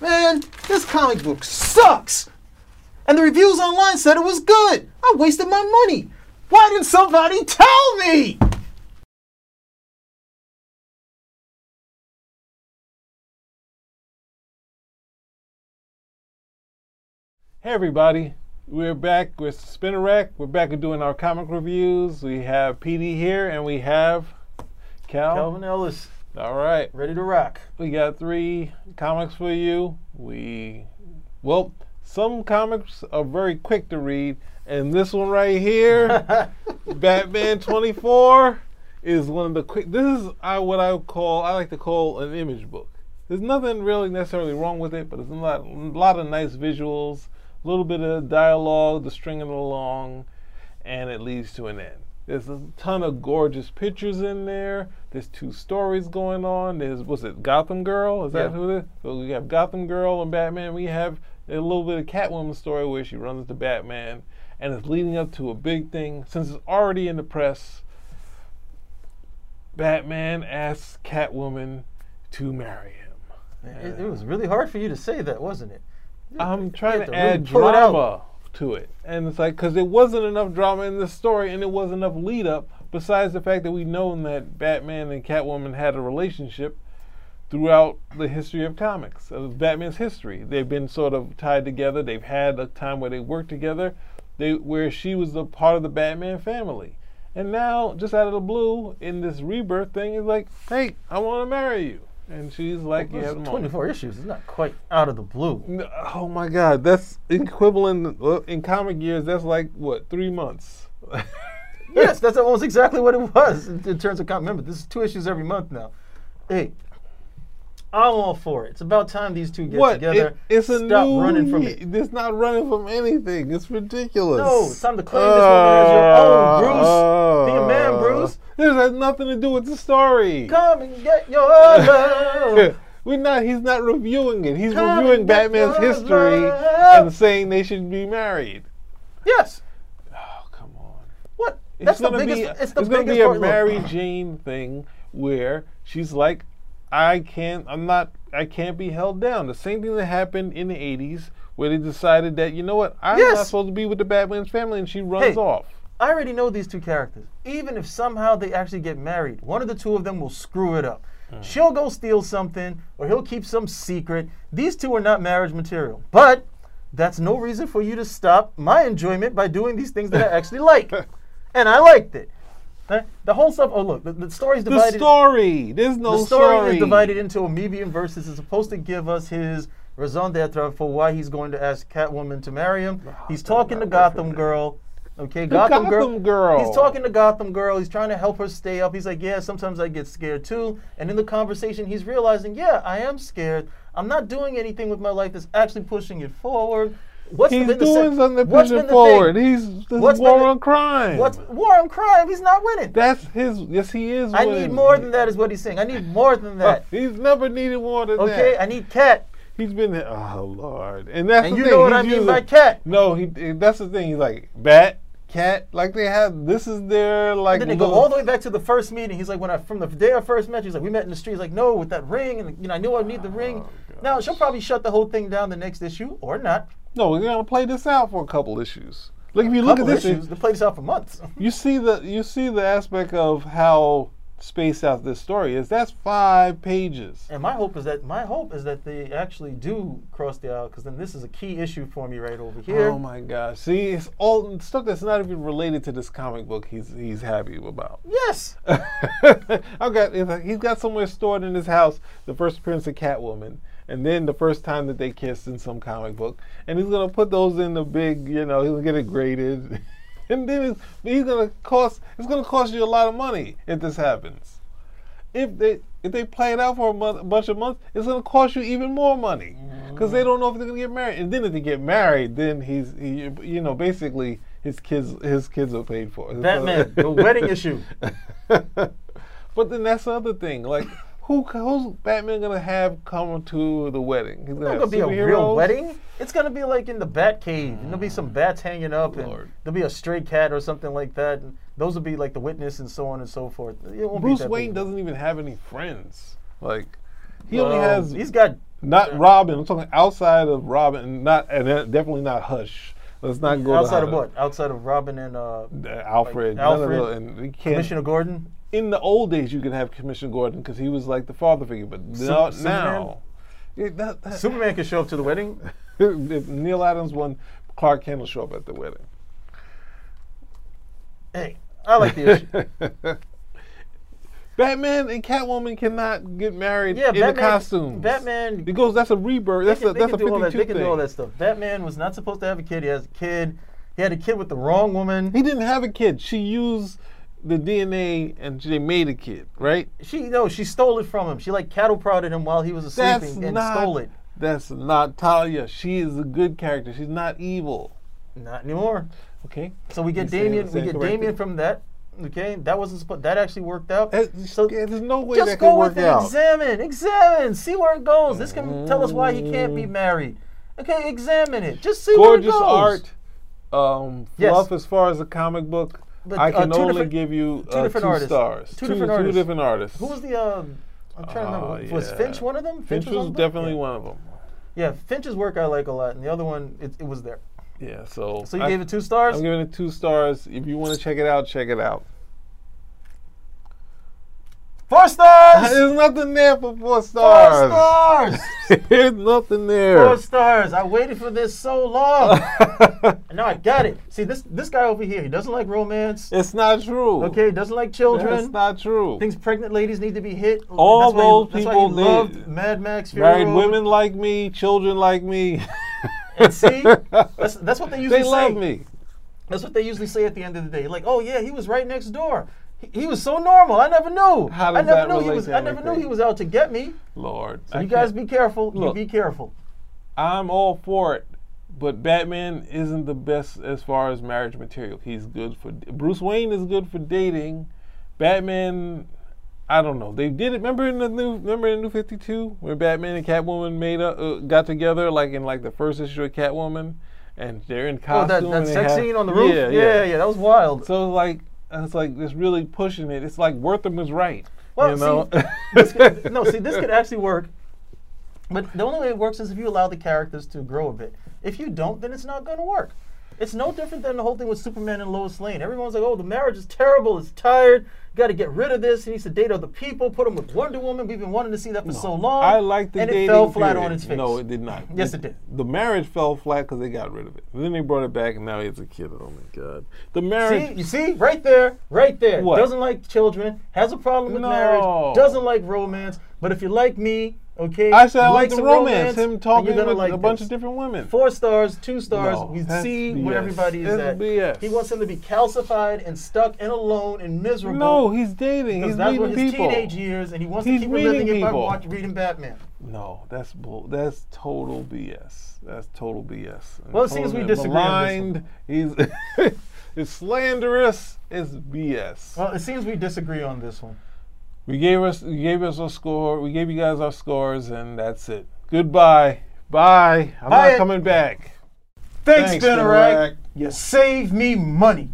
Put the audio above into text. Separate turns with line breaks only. Man, this comic book sucks. And the reviews online said it was good. I wasted my money. Why didn't somebody tell me?
Hey everybody, we're back with Spinner Rack. We're back and doing our comic reviews. We have PD here and we have Cal.
Calvin Ellis,
All right,
ready to rock.
we got three comics for you. We, well, some comics are very quick to read, and this one right here, Batman 24, is one of the quick. This is I, what I would call, I like to call an image book. There's nothing really necessarily wrong with it, but there's a lot, lot of nice visuals, a little bit of dialogue to string it along, and it leads to an end. There's a ton of gorgeous pictures in there. There's two stories going on. There's was it Gotham Girl? Is that
Yeah.
who it is? So we have Gotham Girl and Batman. We have a little bit of Catwoman story where she runs into Batman, and it's leading up to a big thing. Since it's already in the press, Batman asks Catwoman to marry him.
It, it was really hard for you to say that, wasn't it?
I'm
You
trying
had
to, add
really pull it out.
drama to it. And it's like, because there wasn't enough drama in this story and there wasn't enough lead up, besides the fact that we known that Batman and Catwoman had a relationship throughout the history of comics, of Batman's history. They've been sort of tied together. They've had a time where they worked together, they, where she was a part of the Batman family. And now, just out of the blue, in this rebirth thing, he's like, hey, I want to marry you. And she's like,
This
yeah,
is
come on."
24 issues. It's not quite out of the blue.
N- Oh my God, that's equivalent well, in comic years. That's like what three months.
yes, that's almost exactly what it was in, in terms of count. Remember, this is two issues every month now. Hey, I'm all for it. It's about time these two get
what?
together.
It- it's a
Stop
new
running from
ye-
it.
It's not running from anything. It's ridiculous.
No, it's time to claim this woman as your own, Bruce. Be a man, Bruce.
Uh, This has nothing to do with the story.
Come and get your love.
We're not. He's not reviewing it. He's
Come
reviewing
and get
Batman's
your
history
love.
and saying they should be married.
yes.
Oh come on.
What?
It's
That's the
gonna
biggest.
be
it's the
gonna
biggest
be a
part. Look,
Mary Jane thing where she's like, I can't, I'm not, I can't be held down. The same thing that happened in the '80s where they decided that you know what, I'm not
Yes.
supposed to be with the Batman's family, and she
Hey.
runs off.
I already know these two characters. Even if somehow they actually get married, one of the two of them will screw it up. She'll go steal something, or he'll keep some secret. These two are not marriage material. But that's no reason for you to stop my enjoyment by doing these things that I actually like. And I liked it. Huh? The whole stuff. Oh look, the, the story's
The
divided.
story, there's no
the story,
story.
is divided into a medium versus. It's supposed to give us his raison d'etre for why he's going to ask Catwoman to marry him. He's talking to Gotham Girl. Okay, Gotham,
Gotham Girl.
He's talking to Gotham Girl. He's trying to help her stay up. He's like, yeah, sometimes I get scared too. And in the conversation, he's realizing, yeah, I am scared. I'm not doing anything with my life that's actually pushing it forward. What's
He's
been the
doing
se-
something
what's been
pushing
the thing?
forward. He's this
What's been
war
the-
on crime.
What's war on crime? He's not winning.
that's his? Yes, he is.
I
winning.
need more than that, is what he's saying. I need more than that.
He's never needed more than that.
Okay, I need cat.
He's been there. Oh Lord, and that's
And
the
you
thing.
know what
he's
I mean
using-
by cat.
No, he. That's the thing. He's like bat, cat. Like they have. This is their like.
And then they go
little-
all the way back to the first meeting. He's like, when I from the day I first met you, he's like, we met in the street. He's like, no, with that ring, and you know, I knew I
Oh,
need the ring. now she'll probably shut the whole thing down the next issue or not.
No, we're gonna play this out for a couple issues. Like if you look at
Couple
this,
issues. They played this out for months.
you see the you see the aspect of how spaced out this story is. That's five pages.
and my hope is that my hope is that they actually do cross the aisle because then this is a key issue for me right over here.
Oh my gosh! See, it's all stuff that's not even related to this comic book. He's he's happy about.
yes.
I've got it's like he's got somewhere stored in his house the first appearance of Catwoman, and then the first time that they kissed in some comic book, and he's gonna put those in the big, you know, he's gonna get it graded, and then it's, he's gonna cost it's gonna cost you a lot of money if this happens. If they if they play it out for a, month, a bunch of months, it's gonna cost you even more money because they don't know if they're gonna get married, and then if they get married, then he's he, you know basically. His kids, his kids are paid for.
Batman, the wedding issue.
But then that's the other thing. Like, who who's Batman gonna have come to the wedding? He's
It's not
have
gonna be a real
superheroes?
wedding. It's gonna be like in the Bat Cave, and there'll be some bats hanging up, and
Lord.
there'll be a stray cat or something like that. And those will be like the witness and so on and so forth. It won't be
Bruce
that big
Wayne
of a-
doesn't even have any friends. Like, he
No,
only has
He's got
Not Robin. I'm talking outside of Robin, not and that- definitely not Hush. Let's not go
Outside
to
of
Hush.
what? Outside of Robin and uh,
Uh,
Like
Alfred. none of
Alfred,
those- and we can't.
Commissioner Gordon.
in the old days, you could have Commissioner Gordon because he was like the father figure, but no-
Superman?
now, Yeah, that- that-
Superman can show up to the wedding.
if Neil Adams won, Clark Kent will show up at the wedding.
Hey, I like the issue.
Batman and Catwoman cannot get married
Yeah,
in
Batman.
the costumes.
Batman.
Because that's a rebirth. That's
they
a
can, they
that's
can
a
do all that.
52
They can do all
thing.
that stuff. Batman was not supposed to have a kid. He has a kid. He had a kid with the wrong woman.
He didn't have a kid. She used the DNA and they made a kid, right?
She no, she stole it from him. She like cattle prodded him while he was asleep
That's
and, and
not
stole it.
That's not Talia. She is a good character. She's not evil.
Not anymore.
Okay.
So we get
You're saying-
Damien. We
saying
get
correctly.
Damien from that. Okay, that wasn't supposed. That actually worked out.
That-
So
yeah, there's no way
just
that
go
could work
with it.
out.
Examine, examine, see where it goes. This can tell us why he can't be married. Okay, examine it. Just see
Gorgeous
where it goes.
art, um,
Yes.
fluff as far as a comic book.
But,
I
uh,
can
two
only
different-
give you
two
uh,
different artists.
stars.
Two different artists.
Two different artists.
Who was the? Um, I'm trying to remember.
Ah,
Was
yeah.
Finch one of them?
Finch
on
was
the book?
definitely
yeah.
one of them.
Yeah, Finch's work I like a lot, and the other one it, it was there.
Yeah. So
So you
I-
gave it two stars.
I'm giving it two stars. If you want to check it out, check it out.
Four stars.
There's nothing there for four
Four
stars.
stars.
There's nothing
Four
there.
stars. I waited for this so long. and now I got it. See this this guy over here. He doesn't like romance.
It's not true.
Okay, he doesn't like
That's
children.
not true.
Thinks pregnant ladies need to be hit.
All
that's why he-
those
that's why
people
he
did.
loved Mad Max. Fury
Married
Road.
women like me, children like me.
And see, that's, that's what they usually
they
say.
love me.
That's what they usually say at the end of the day. Like, oh yeah, he was right next door. He, he was so normal. I never knew.
How
I never
does that
knew he
relate
was.
to
I never knew
anything?
he was out to get me.
Lord.
So
I
you guys
can't-
be careful.
Look.
You be careful.
I'm all for it, but Batman isn't the best as far as marriage material. He's good for Bruce Wayne is good for dating. Batman, I don't know. They did it. Remember in the new remember in the New Fifty Two when Batman and Catwoman made a, uh, got together like in like the first issue of Catwoman, and they're in
Oh,
costume.
that, that
and they
sex
have-
scene on the roof.
Yeah, yeah.
yeah, That was wild.
So it's like it's like it's really pushing it. It's like Wortham was right.
Well,
you know.
see, this could, no, see, this could actually work. But the only way it works is if you allow the characters to grow a bit. If you don't, then it's not going to work. It's no different than the whole thing with Superman and Lois Lane. Everyone's like, oh, the marriage is terrible. It's tired. Got to get rid of this. He needs to date other people. Put him with Wonder Woman. We've been wanting to see that for so long.
I like the
And
dating
it fell flat
period.
on its face.
No, it did not.
Yes,
The-
it did.
The marriage fell flat because they got rid of it. Then they brought it back, and now he has a kid. Oh my God! The
See,
marriage.
you see, right there, right there.
What?
Doesn't like children, has a problem with
No.
marriage, doesn't like romance. But if you like me, okay,
I said I
you
like the
some
romance.
then
Him talking
you're gonna
with
like
a bunch
this.
of different women.
Four stars, two stars.
No,
we
that's
see where
BS.
everybody is
That's
at.
BS.
He wants him to be calcified and stuck and alone and miserable.
no, he's dating.
'cause
He's
that's
meeting
what his
people.
teenage years, and he wants
He's
to keep reliving
meeting
it by
people.
watch, reading Batman.
No, that's bull. That's total BS. That's total BS. And
Well, it seems we
totally
disagree on
Maligned. He's it's slanderous. It's BS.
Well, it seems we disagree on this one.
We gave us you gave us a score. We gave you guys our scores, and that's it. Goodbye. Bye. I'm
Bye.
not coming back.
Thanks,
Thanks,
Benarak.
Benarak.
You saved me money.